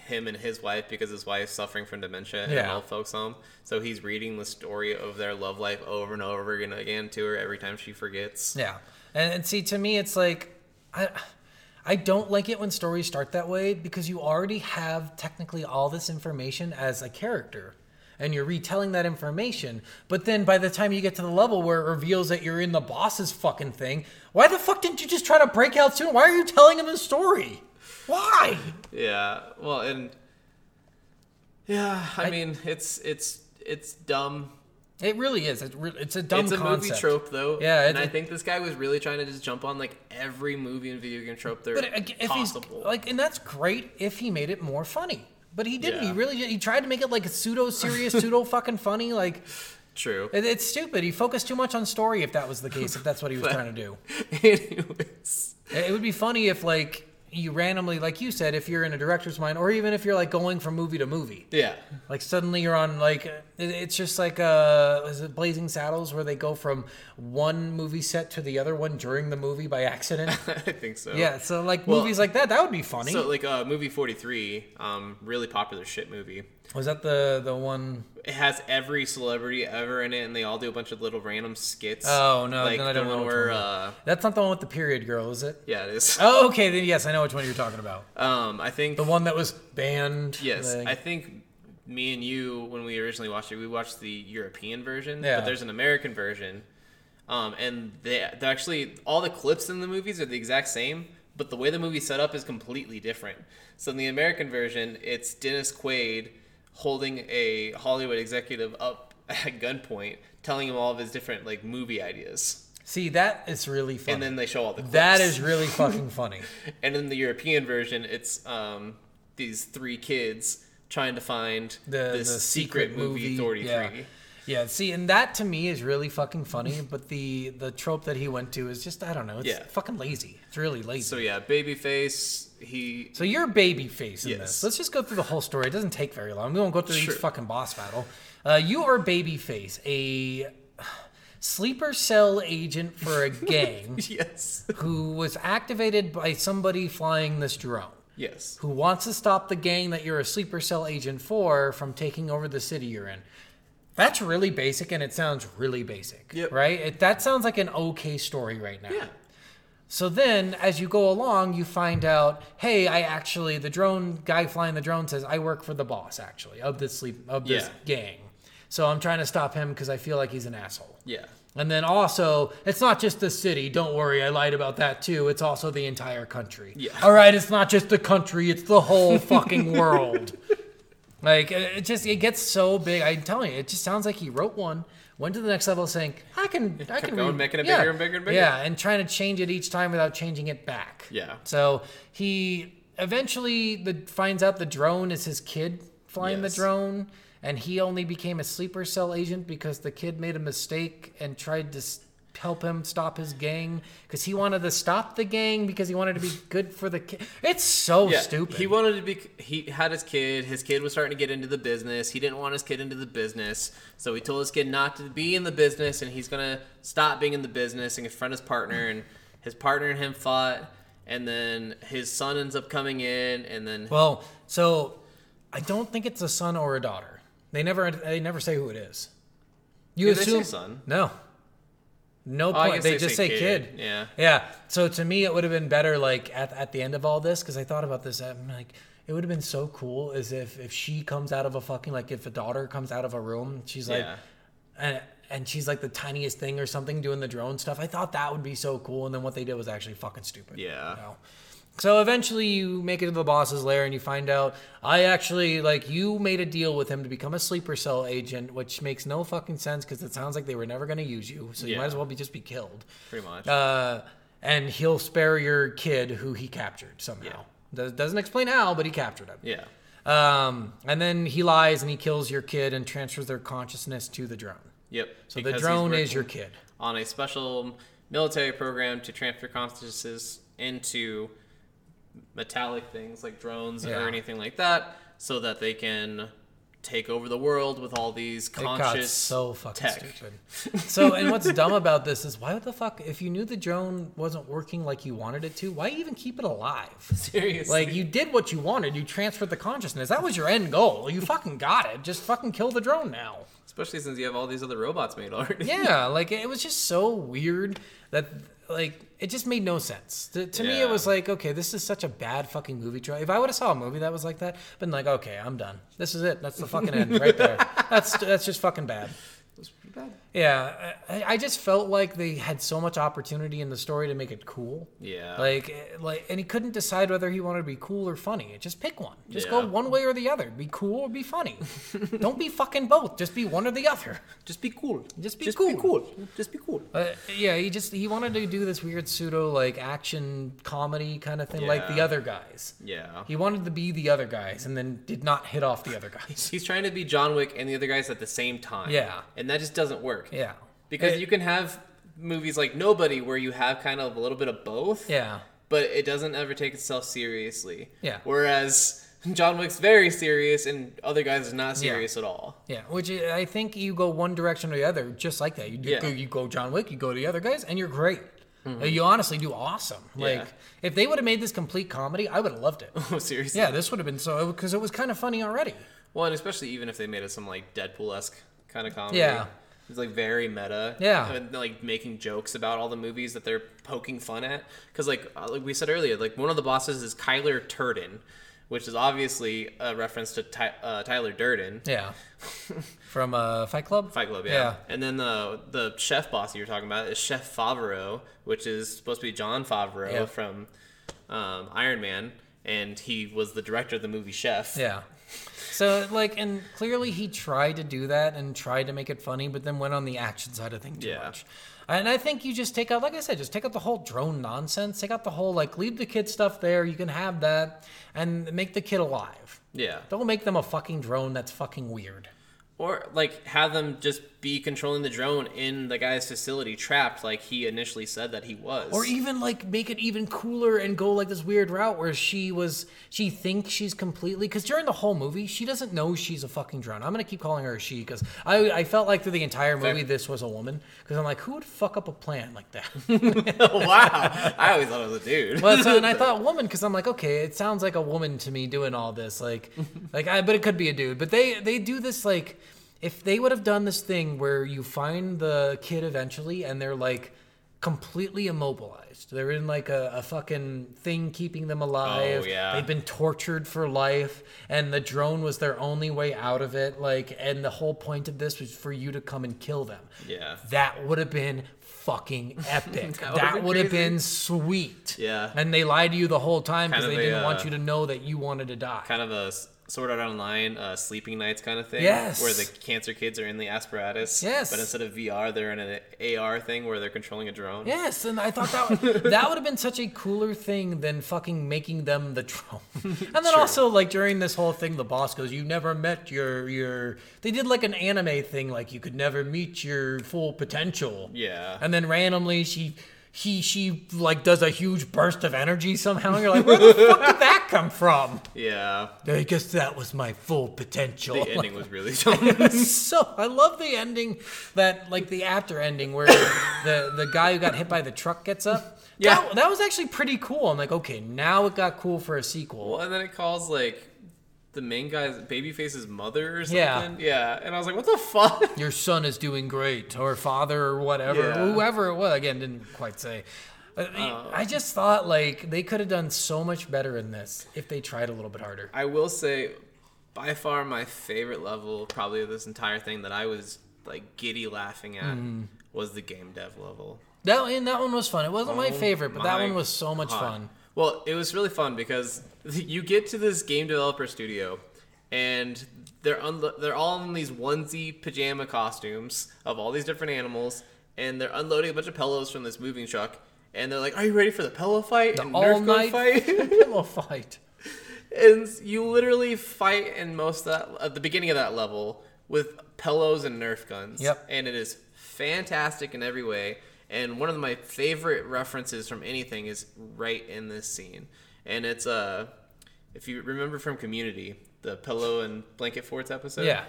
him and his wife because his wife's suffering from dementia in an Yeah. old folks home. So he's reading the story of their love life over and over again, again to her every time she forgets. Yeah, and, and see, to me, it's like I, I don't like it when stories start that way because you already have technically all this information as a character, and you're retelling that information. But then by the time you get to the level where it reveals that you're in the boss's fucking thing, why the fuck didn't you just try to break out soon? Why are you telling him the story? Why? Yeah. Well, and yeah, I, mean, it's it's it's dumb. It really is. It's, re- it's a dumb. it's a movie concept. trope though. Yeah, and it- I think this guy was really trying to just jump on like every movie and video game trope there But ag- if possible. he's like, and that's great if he made it more funny. But he didn't. He Yeah. really he tried to make it like a pseudo serious, pseudo fucking funny. Like True. it, it's stupid. He focused too much on story. If that was the case, if that's what he was trying to do, Anyways. it, it would be funny if like you randomly, like you said, if you're in a director's mind, or even if you're like going from movie to movie, Yeah. like suddenly you're on like it, it's just like uh, is it Blazing Saddles where they go from one movie set to the other one during the movie by accident? I think so. yeah. So like Well, movies like that, that would be funny. So like uh, movie 43, um, really popular shit movie. was that the the one? It has every celebrity ever in it, and they all do a bunch of little random skits. Oh no, like then I the don't know one which where one. uh, That's not the one with the period girl, is it? yeah, it is. Oh, okay. Oh. Then yes, I know which one you're talking about. Um, I think The one that was banned. yes, like- I think me and you when we originally watched it, we watched the European version, Yeah. but there's an American version. Um, and they they're actually all the clips in the movies are the exact same, but the way the movie's set up is completely different. So in the American version, it's Dennis Quaid holding a Hollywood executive up at gunpoint, telling him all of his different like movie ideas. See, that is really funny. And then they show all the clips. that is really fucking funny. And in the European version, it's um, these three kids trying to find The- this the secret, secret movie movie, 33. yeah. Yeah, see, and that to me is really fucking funny. But the the trope that he went to is just I don't know. It's Yeah. fucking lazy. It's really lazy. So So, yeah, Babyface, he you're baby face in Yes. this. Let's just go through the whole story. It doesn't take very long. We won't go through Sure. each fucking boss battle. Uh, you are babyface, a sleeper cell agent for a gang yes, who was activated by somebody flying this drone. yes, who wants to stop the gang that you're a sleeper cell agent for from taking over the city you're in. That's really basic and it sounds really basic. Yep. Right? It, that sounds like an okay story right now. yeah, So then, as you go along, you find out, hey, I actually the drone guy flying the drone says I work for the boss actually of this sleep of this Yeah. gang. So I'm trying to stop him because I feel like he's an asshole. yeah, And then also, it's not just the city. Don't worry, I lied about that too. It's also the entire country. Yeah. All right, it's not just the country. It's the whole fucking world. Like it it just it gets so big. I'm telling you, it just sounds like he wrote one, went to the next level, saying, "I can, I can." going, making it yeah. bigger and bigger and bigger. Yeah, and trying to change it each time without changing it back. Yeah. So he eventually the, finds out the drone is his kid flying Yes. the drone, and he only became a sleeper cell agent because the kid made a mistake and tried to s- help him stop his gang because he wanted to stop the gang because he wanted to be good for the kid. It's so yeah. stupid. He wanted to be. He had his kid. His kid was starting to get into the business. He didn't want his kid into the business, so he told his kid not to be in the business, and he's gonna stop being in the business and confront his partner. And his partner and him fought, and then his son ends up coming in, and then well, so I don't think it's a son or a daughter. They never they never say who it is. You Yeah, they say assume son. Oh, No. No I point. guess they, just say kid. Yeah. Yeah. So to me, it would have been better like at, at the end of all this because I thought about this. I'm like, it would have been so cool as if if she comes out of a fucking like if a daughter comes out of a room, she's like, Yeah. and and she's like the tiniest thing or something doing the drone stuff. I thought that would be so cool, and then what they did was actually fucking stupid. Yeah. You know? So eventually you make it to the boss's lair and you find out I actually like you made a deal with him to become a sleeper cell agent, which makes no fucking sense because it sounds like they were never going to use you, so you Yeah. might as well be just be killed. pretty much. Uh, and he'll spare your kid who he captured somehow. Does Doesn't explain how, but he captured him. yeah. Um, and then he lies and he kills your kid and transfers their consciousness to the drone. Yep. So because the he's drone is working your kid. on a special military program to transfer consciousness into metallic things like drones Yeah. or anything like that, so that they can take over the world with all these It conscious got so fucking tech. stupid. So, and what's dumb about this is why the fuck, if you knew the drone wasn't working like you wanted it to, why even keep it alive? Seriously, Like, you did what you wanted. You transferred the consciousness. That was your end goal. You fucking got it. Just fucking kill the drone now. especially since you have all these other robots made already. yeah like it was just so weird that like it just made no sense to, to me Yeah. it was like okay this is such a bad fucking movie trailer if i would have saw a movie that was like that been like okay i'm done this is it that's the fucking end right there that's that's just fucking bad yeah, I, I just felt like they had so much opportunity in the story to make it cool. Yeah. Like, eh, like, and he couldn't decide whether he wanted to be cool or funny. Just pick one. Just Yeah. go one way or the other. Be cool or be funny. Don't be fucking both. Just be one or the other. Just be cool. Just be Just cool. be cool. Just be cool. Uh, yeah, he just he wanted to do this weird pseudo like action comedy kind of thing, like the Yeah. other guys. Yeah. He wanted to be the other guys, and then did not hit off the other guys. He's trying to be John Wick and the other guys at the same time. Yeah. And that just doesn't work. yeah, Because It- you can have movies like Nobody where you have kind of a little bit of both. yeah, But it doesn't ever take itself seriously. Yeah. Whereas John Wick's very serious and other guys are not serious at all. yeah. Which uh, I I think you go one direction or the other, just like that. You do, Yeah. Mm-hmm. go, you go John Wick, you go the other guys, and you're great. Uh, You honestly do awesome. Like Yeah. if they would have made this complete comedy, I would have loved it. Oh, seriously. yeah, this would have been so because it was kind of funny already. Well, and especially even if they made it some like Deadpool esque kind of comedy. Yeah. It's like very meta. Uh, Yeah. And like making jokes about all the movies that they're poking fun at. Because like uh, like we said earlier, like one of the bosses is Kyler Turden, which is obviously a reference to Ty- uh, Tyler Durden. Yeah. From uh, Fight Club. Fight Club, yeah. And then the the chef boss you were talking about is Chef Favreau, which is supposed to be John Favreau Yeah. from um, Iron Man, and he was the director of the movie Chef. Yeah. So like, and clearly he tried to do that and tried to make it funny, but then went on the action side of thing too Yeah. much. And I think you just take out, like I said, just take out the whole drone nonsense. Take out the whole like, leave the kid stuff there. You can have that, and make the kid alive. Yeah. Don't make them a fucking drone. That's fucking weird. Or like have them just be controlling the drone in the guy's facility, trapped like he initially said that he was. Or e- even like make it even cooler and go like this weird route where she was she thinks she's completely because during the whole movie she doesn't know she's a fucking drone. I'm gonna keep calling her a she because I I felt like through the entire movie this was a woman because I'm like who would fuck up a plan like that? wow, I always thought it was a dude. well, so, and I thought woman because I'm like okay it sounds like a woman to me doing all this like like I but it could be a dude. But they they do this like if they would have done this thing where you find the kid eventually and they're like completely immobilized. They're in like a, a fucking thing keeping them alive. Oh, yeah. They've been tortured for life, and the drone was their only way out of it. Like, and the whole point of this was for you to come and kill them. Yeah. That would have been fucking epic. That that would've been would have crazy. been sweet. Yeah. And they lied to you the whole time because they Kind of a, didn't uh, want you to know that you wanted to die. kind of a s- sort out online uh, sleeping nights kind of thing. Yes. Where the cancer kids are in the apparatus. Yes. But instead of VR, they're in an AR thing where they're controlling a drone. Yes, and I thought that that would have been such a cooler thing than fucking making them the drone. And then also like during this whole thing, the boss goes, "You never met your your." They did like an anime thing, like you could never meet your full potential. Yeah. And then randomly she. He she like does a huge burst of energy somehow. And you're like, where the fuck did that come from? Yeah. I guess that was my full potential. The ending was really dumb. so I love the ending that like the after ending where the the guy who got hit by the truck gets up. Yeah. That, that was actually pretty cool. I'm like, okay, now it got cool for a sequel. well, and then it calls like the main guy's babyface's mother or Yeah. something. Yeah. And I was like, what the fuck? Your son is doing great, or father, or whatever, Yeah. Uh. whoever it was. Again, didn't quite say. I- I just thought like they could have done so much better in this if they tried a little bit harder. I will say, by far my favorite level, probably of this entire thing that I was like giddy laughing at, was the game dev level. That and that one was fun. It wasn't my Oh favorite, but that my one was so much God. fun. Well, it was really fun because you get to this game developer studio, and they're unlo- they're all in these onesie pajama costumes of all these different animals, and they're unloading a bunch of pillows from this moving truck. And they're like, "Are you ready for the pillow fight and All Nerf gun night fight?" pillow fight. and you literally fight in most of that at the beginning of that level with pillows and Nerf guns. Yep. And it is fantastic in every way. And one of my favorite references from anything is right in this scene. And it's uh if you remember from Community, the pillow and blanket forts episode. Yeah.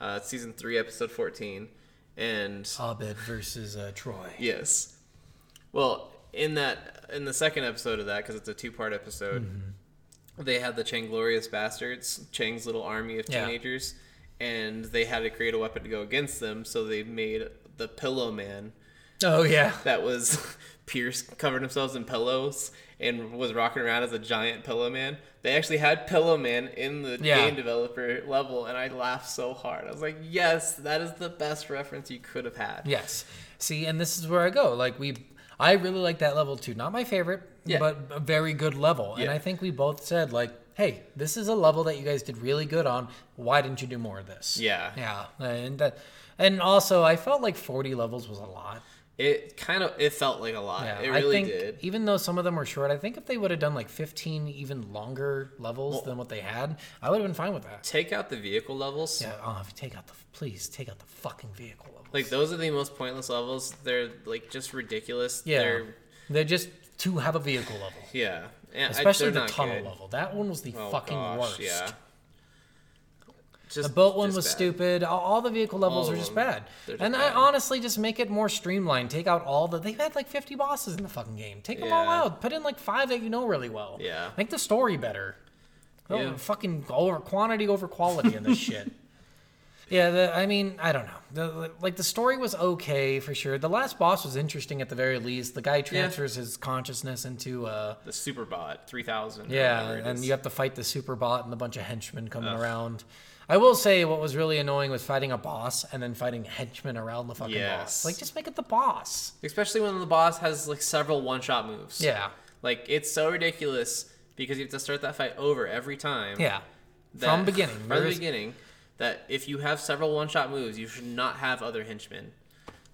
Uh, it's season three, episode fourteen. And Abed versus uh, Troy. Yes. Well, in that in the second episode of that, because it's a two part episode, Mm-hmm. they had the Changlorious Bastards, Chang's little army of Yeah. teenagers, and they had to create a weapon to go against them. So they made the Pillow Man Oh yeah. that was Pierce covered themselves in pillows and was rocking around as a giant Pillow Man. They actually had Pillow Man in the Yeah. game developer level, and I laughed so hard. I was like, "Yes, that is the best reference you could have had." Yes. See, and this is where I go. Like we, I really like that level too. Not my favorite, Yeah. but a very good level. And Yeah. I think we both said like, hey, this is a level that you guys did really good on. Why didn't you do more of this? Yeah. Yeah. And that, and also I felt like 40 levels was a lot. It kind of it felt like a lot. Yeah, it really I think did. even though some of them were short, I think if they would have done like 15 even longer levels than what they had, I would have been fine with that. Take out the vehicle levels. Yeah, oh, if you take out the please take out the fucking vehicle levels. Like those are the most pointless levels. They're like just ridiculous. yeah, They're, they're just to have a vehicle level. yeah. And I- Especially they're the not tunnel good. level. That one was the Oh, fucking gosh, worst. Yeah. The Just, boat one just was bad. stupid. All, all the vehicle levels All are of just them. bad. They're just and I bad. honestly just make it more streamlined. Take out all the. They've had like 50 bosses in the fucking game. Take them all Yeah. out. Put in like five that you know really well. Yeah. Make the story better. Oh, Yeah. Fucking over, quantity over quality in this shit. Yeah, the, I mean, I don't know. The, like the story was okay for sure. The last boss was interesting at the very least. The guy transfers his consciousness into uh The Superbot 3000. or yeah, whatever it and is. you have to fight the super bot and a bunch of henchmen coming around. I will say what was really annoying was fighting a boss and then fighting henchmen around the fucking boss. Yes. Like just make it the boss. Especially when the boss has like several one shot moves. Yeah. Like it's so ridiculous because you have to start that fight over every time. Yeah. that- from beginning. From There the is- beginning. That if you have several one shot moves, you should not have other henchmen.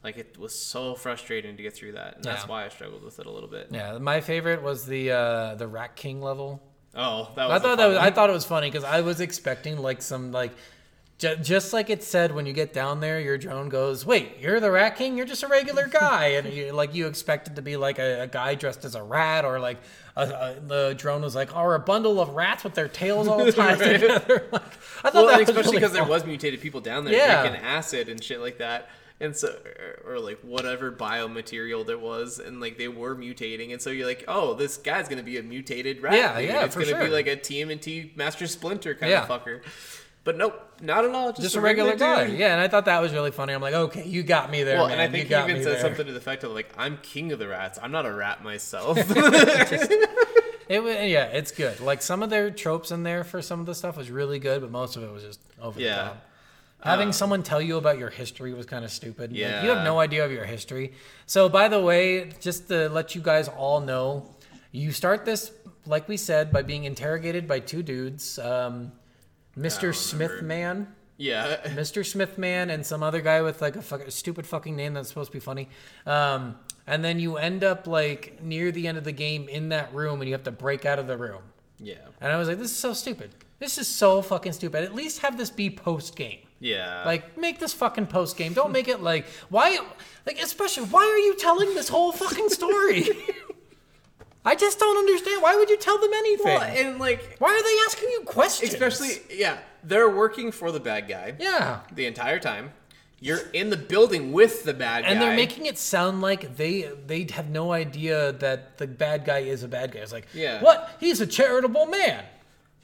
Like it was so frustrating to get through that, and that's Yeah. why I struggled with it a little bit. Yeah, my favorite was the uh the Rat King level. Oh, that was. I a thought fun that was, one. I thought it was funny because I was expecting like some like ju- just like it said when you get down there, your drone goes, "Wait, you're the Rat King? You're just a regular guy," and you, like you expected to be like a, a guy dressed as a rat or like a, a, the drone was like, "Are a bundle of rats with their tails all tied together." Like, I thought Well, that and was especially really because there fun. was mutated people down there Yeah. drinking acid and shit like that, and so or, or like whatever biomaterial there was, and like they were mutating, and so you're like, oh, this guy's gonna be a mutated rat. Yeah, dude. yeah, it's for gonna sure. be like a TMNT Master Splinter kind Yeah. of fucker. But nope, not at all. Just, just a regular guy. dude. Yeah, and I thought that was really funny. I'm like, "Okay, you got me there, Well, man. and I you think he got even me said there." something to the effect of like, "I'm king of the rats. I'm not a rat myself." It was, yeah, it's good. Like some of their tropes in there for some of the stuff was really good, but most of it was just over the Yeah. top. Having someone tell you about your history was kind of stupid. Like, you have Yeah. no idea of your history. So, by the way, just to let you guys all know, you start this, like we said, by being interrogated by two dudes, um, Mr. Smith Man. yeah, Mr. Smithman and some other guy with like a fuck, stupid fucking name that's supposed to be funny. Um, and then you end up like near the end of the game in that room and you have to break out of the room. yeah, And I was like, this is so stupid. This is so fucking stupid. At least have this be post game. yeah. Like, make this fucking post game. Don't make it like, why, like, especially, why are you telling this whole fucking story? I just don't understand. Why would you tell them anything? well, and like, why are they asking you questions? especially yeah, they're working for the bad guy. Yeah. the entire time. You're in the building with the bad guy. And they're making it sound like they they have no idea that the bad guy is a bad guy. It's like, Yeah. what? He's a charitable man.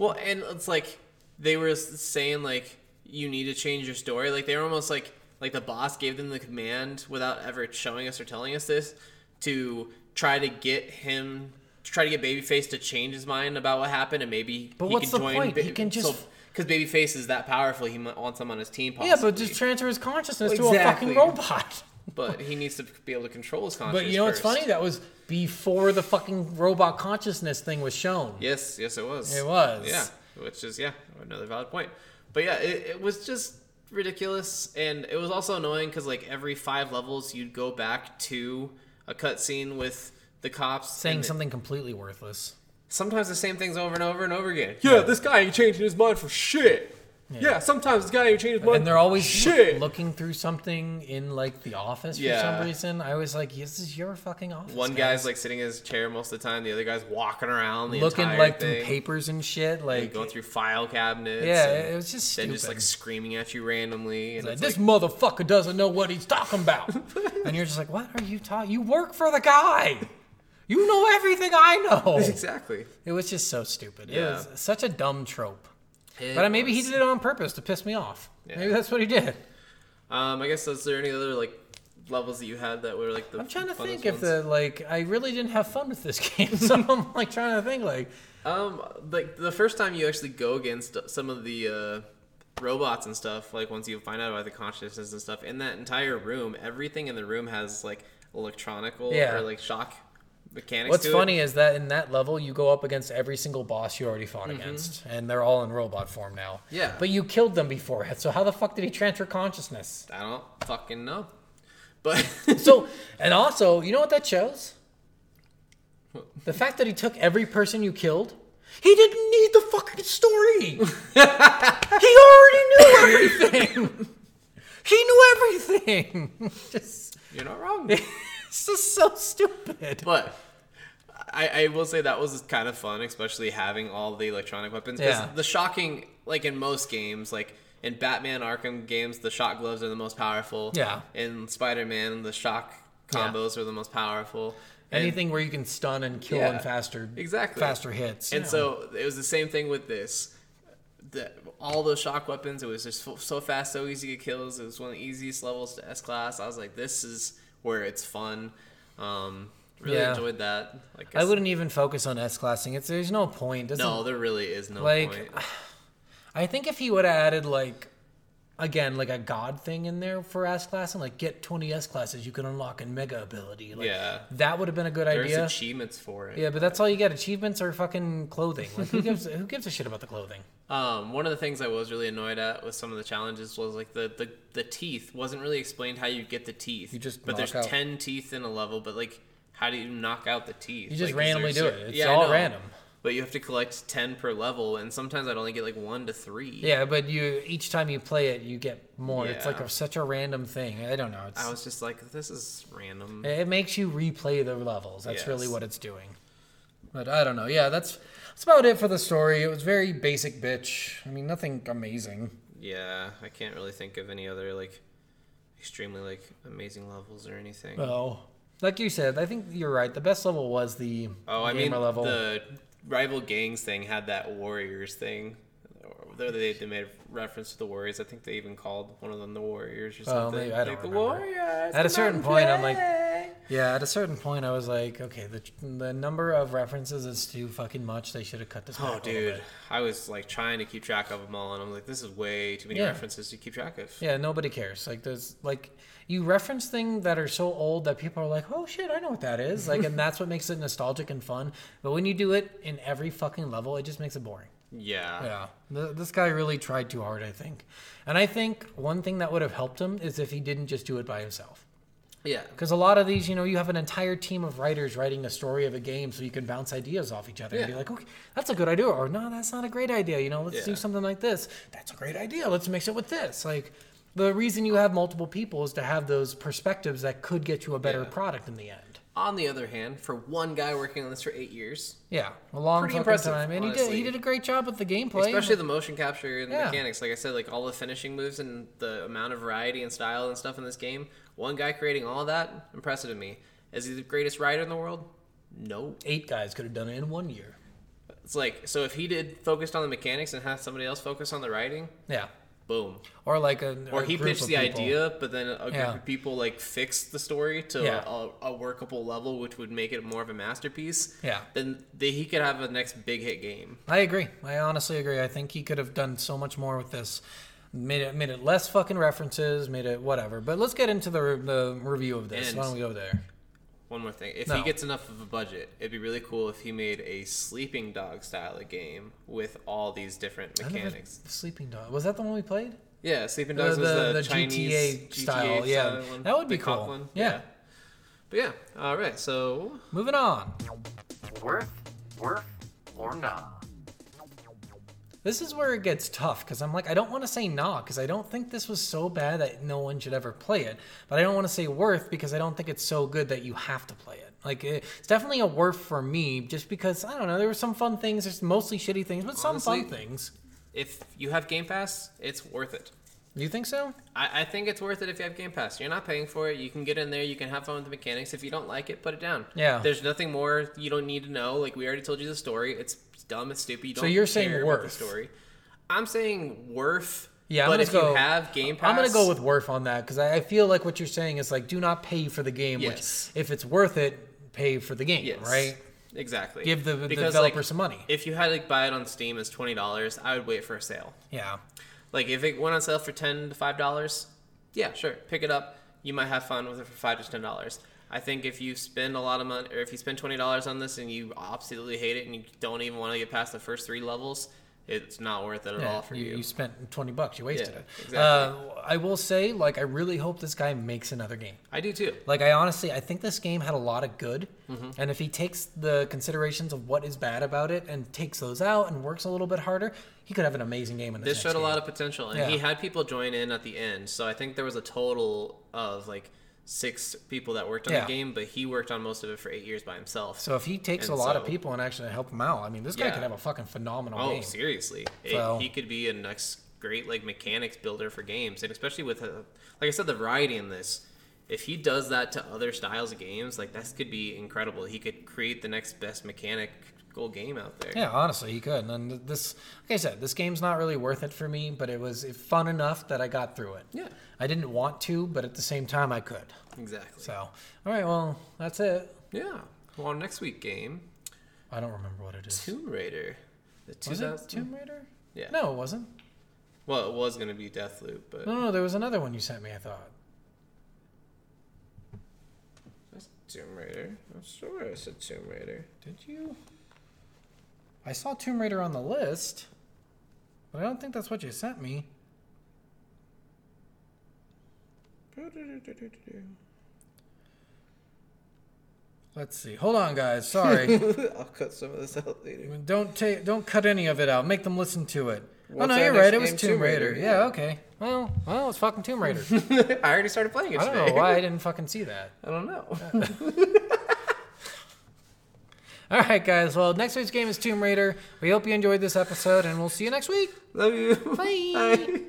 well, and it's like they were s- saying like you need to change your story. Like they were almost like like the boss gave them the command without ever showing us or telling us this to try to get him to try to get Babyface to change his mind about what happened and maybe But he what's can the join point? He can just- because Babyface is that powerful. He mi- wants him on his team. Possibly. Yeah, but just transfer his consciousness to a Exactly. fucking robot. but he needs to be able to control his consciousness. But you know what's first. funny? That was before the fucking robot consciousness thing was shown. Yes, yes, it was. It was. Yeah, which is yeah, another valid point. But yeah, it, it was just ridiculous, and it was also annoying because like every five levels, you'd go back to a cutscene with the cops Saying and something completely worthless. Sometimes the same things over and over and over again. Yeah, this guy ain't changing his mind for shit. Yeah, sometimes this guy ain't changing his mind. And they're always for look- shit. looking through something in like the office for Yeah. some reason. I was like, this is your fucking office. One guys. guy's like sitting in his chair most of the time. The other guy's walking around the looking entire like thing. through papers and shit. Like, going through file cabinets. yeah, and it was just then stupid. just like screaming at you randomly. And Like, it's this like- motherfucker doesn't know what he's talking about. and you're just like, what are you talking? You work for the guy. You know everything I know. exactly. it was just so stupid. Yeah. It was such a dumb trope. but uh, maybe he did it on purpose to piss me off. Maybe that's what he did. Um, I guess is there any other like levels that you had that were like the? I'm trying to funnest think if ones? the like I really didn't have fun with this game, so I'm like trying to think like um like the first time you actually go against some of the uh, robots and stuff. Like once you find out about the consciousness and stuff in that entire room, everything in the room has like electronical Yeah. or like shock mechanics. What's to it. funny is that in that level, you go up against every single boss you already fought against, and they're all in robot form now. Mm-hmm. Yeah. But you killed them before, so how the fuck did he transfer consciousness? I don't fucking know, but So, and also, you know what that shows? The fact that he took every person you killed, he didn't need the fucking story. he already knew everything. he knew everything. just, you're not wrong. it's just so stupid. But I, I will say that was kind of fun, especially having all the electronic weapons. 'cause Yeah. The shocking, like in most games, like in Batman Arkham games, the shock gloves are the most powerful. Yeah. In Spider Man, the shock Yeah. combos are the most powerful. And- Anything where you can stun and kill Yeah, and faster, exactly. faster hits. And yeah. so it was the same thing with this. the, all those shock weapons. It was just so- so fast, so easy to kills. It was one of the easiest levels to S class. I was like, this is where it's fun. Um, really Yeah. enjoyed that. Like I wouldn't even focus on S classing. It's there's no point. Doesn't, No, there really is no Like, point. I think if he would have added like again like a god thing in there for S class and like get 20 S classes you can unlock in mega ability. Like, Yeah. That would have been a good There's idea. achievements for it. yeah, but that's all you get. Achievements or fucking clothing. Like who gives who gives a shit about the clothing? Um, one of the things I was really annoyed at with some of the challenges was like the, the, the teeth wasn't really explained how you get the teeth. You just but knock there's out- ten teeth in a level, but like how do you knock out the teeth? You just Like, is randomly there do cer- it. It's Yeah, I all know. random. But you have to collect ten per level, and sometimes I'd only get like one to three. Yeah, but you each time you play it you get more. It's like Yeah. a, such a random thing. I don't know. It's, I was just like, this is random. It makes you replay the levels. That's really Yes. what it's doing. But I don't know. Yeah, that's that's about it for the story. It was very basic, bitch. I mean, nothing amazing. Yeah, I can't really think of any other like extremely like amazing levels or anything. No. Like you said, I think you're right. The best level was the Oh, I mean, gamer level. the rival gangs thing had that Warriors thing. Though they, they made reference to the Warriors, I think they even called one of them the Warriors or Oh, something. maybe- I don't like, the remember. Warriors. At a come certain out and point, I'm like- play." Yeah, at a certain point, I was like, okay, the the number of references is too fucking much. They should have cut this. back a oh, little dude, bit. I was like trying to keep track of them all, and I'm like, this is way too many Yeah. references to keep track of. Yeah, nobody cares. Like there's like you reference things that are so old that people are like, "Oh shit, I know what that is." Like and that's what makes it nostalgic and fun. But when you do it in every fucking level, it just makes it boring. Yeah. Yeah. Th- this guy really tried too hard, I think. And I think one thing that would have helped him is if he didn't just do it by himself. Yeah. Because a lot of these, you know, you have an entire team of writers writing a story of a game so you can bounce ideas off each other and be Yeah. like, okay, that's a good idea. Or no, that's not a great idea. You know, let's do Yeah. something like this. That's a great idea. Let's mix it with this. Like, the reason you have multiple people is to have those perspectives that could get you a better Yeah. product in the end. On the other hand, for one guy working on this for eight years, Yeah, a long Pretty fucking impressive, time, and he did honestly. he did a great job with the gameplay, especially the motion capture and the Yeah. mechanics like i said like all the finishing moves and the amount of variety and style and stuff in this game one guy creating all that impressive to me is he the greatest writer in the world no eight guys could have done it in one year. it's like so if he did focused on the mechanics and had somebody else focus on the writing Yeah, boom or like a or a he group pitched of the people. idea but then a group Yeah. of people like fixed the story to Yeah. a, a workable level which would make it more of a masterpiece Yeah. then they, he could have a next big hit game I agree. I honestly agree. I think he could have done so much more with this. Made it made it less fucking references. Made it whatever. But let's get into the re- the review of this. And- Why don't we go there? One more thing. If No. he gets enough of a budget, it'd be really cool if he made a sleeping dog style of game with all these different I never- mechanics. Sleeping Dog was that the one we played? Yeah, sleeping The- dogs was the- the, the Chinese GTA style, yeah. one, That would be the cop cool. one, Yeah. But yeah, all right. So Moving on. Worth, worth, or not. This is where it gets tough because I'm like I don't want to say nah because I don't think this was so bad that no one should ever play it, but I don't want to say worth because I don't think it's so good that you have to play it. Like it- it's definitely a worth for me just because I don't know there were some fun things. There's mostly shitty things, but some fun Honestly- things. if you have Game Pass, it's worth it. You think so? I, I think it's worth it if you have Game Pass. You're not paying for it. You can get in there. You can have fun with the mechanics. If you don't like it, put it down. Yeah. There's nothing more you don't need to know. Like we already told you the story. It's dumb. It's stupid. You don't you're saying care about the worth. story. I'm saying worth. Yeah, I'm but gonna if go- you have Game Pass, I'm gonna go with worth on that because I, I feel like what you're saying is like do not pay for the game. Yes. Which if it's worth it, pay for the game. yes, Right. Exactly. Give the- the Because, developer like, some money. If you had like buy it on Steam as twenty dollars, I would wait for a sale. Yeah. Like if it went on sale for ten to five dollars, yeah, sure, pick it up. You might have fun with it for five to ten dollars. I think if you spend a lot of money, or if you spend twenty dollars on this and you absolutely hate it and you don't even want to get past the first three levels, it's not worth it at Yeah, all for you. Uh, You spent 20 bucks. You wasted Yeah, it. exactly. Uh, I will say, like, I really hope this guy makes another game. I do too. Like, I honestly, I think this game had a lot of good. Mm-hmm. And if he takes the considerations of what is bad about it and takes those out and works a little bit harder, he could have an amazing game in this. This showed a lot of potential, and he Yeah. had people join in at the end. So I think there was a total of like six people that worked on Yeah. the game, but he worked on most of it for eight years by himself. So if he takes And a lot of so- people and actually help him out, I mean, this guy Yeah. could have a fucking phenomenal Oh, game. seriously, It- So- he could be a next great like mechanics builder for games, and especially with uh like I said, the variety in this. If he does that to other styles of games, like that could be incredible. He could create the next best mechanic cool game out there. Yeah, honestly, he could. And then this, like I said, this game's not really worth it for me, but it was fun enough that I got through it. Yeah. I didn't want to, but at the same time, I could. Exactly. So, all right, well, that's it. Yeah. Well, our next week game, I don't remember what it is. Tomb Raider. The Was 2000. it Tomb Raider? Yeah. No, it wasn't. Well, it was going to be Deathloop, but No, no, there was another one you sent me. I thought. that's Tomb Raider. I'm sure I said Tomb Raider. Did you? I saw Tomb Raider on the list, but I don't think that's what you sent me. Let's see. Hold on, guys. Sorry. I'll cut some of this out later. don't take. Don't cut any of it out. Make them listen to it. What's oh no, our you're next right. It was game? Tomb, Tomb Raider. Raider, Yeah. yeah. Okay. Well, well, it's fucking Tomb Raider. I already started playing it I today. don't know why I didn't fucking see that. I don't know. All right, guys. Well, next week's game is Tomb Raider. We hope you enjoyed this episode, and we'll see you next week. Love you. Bye.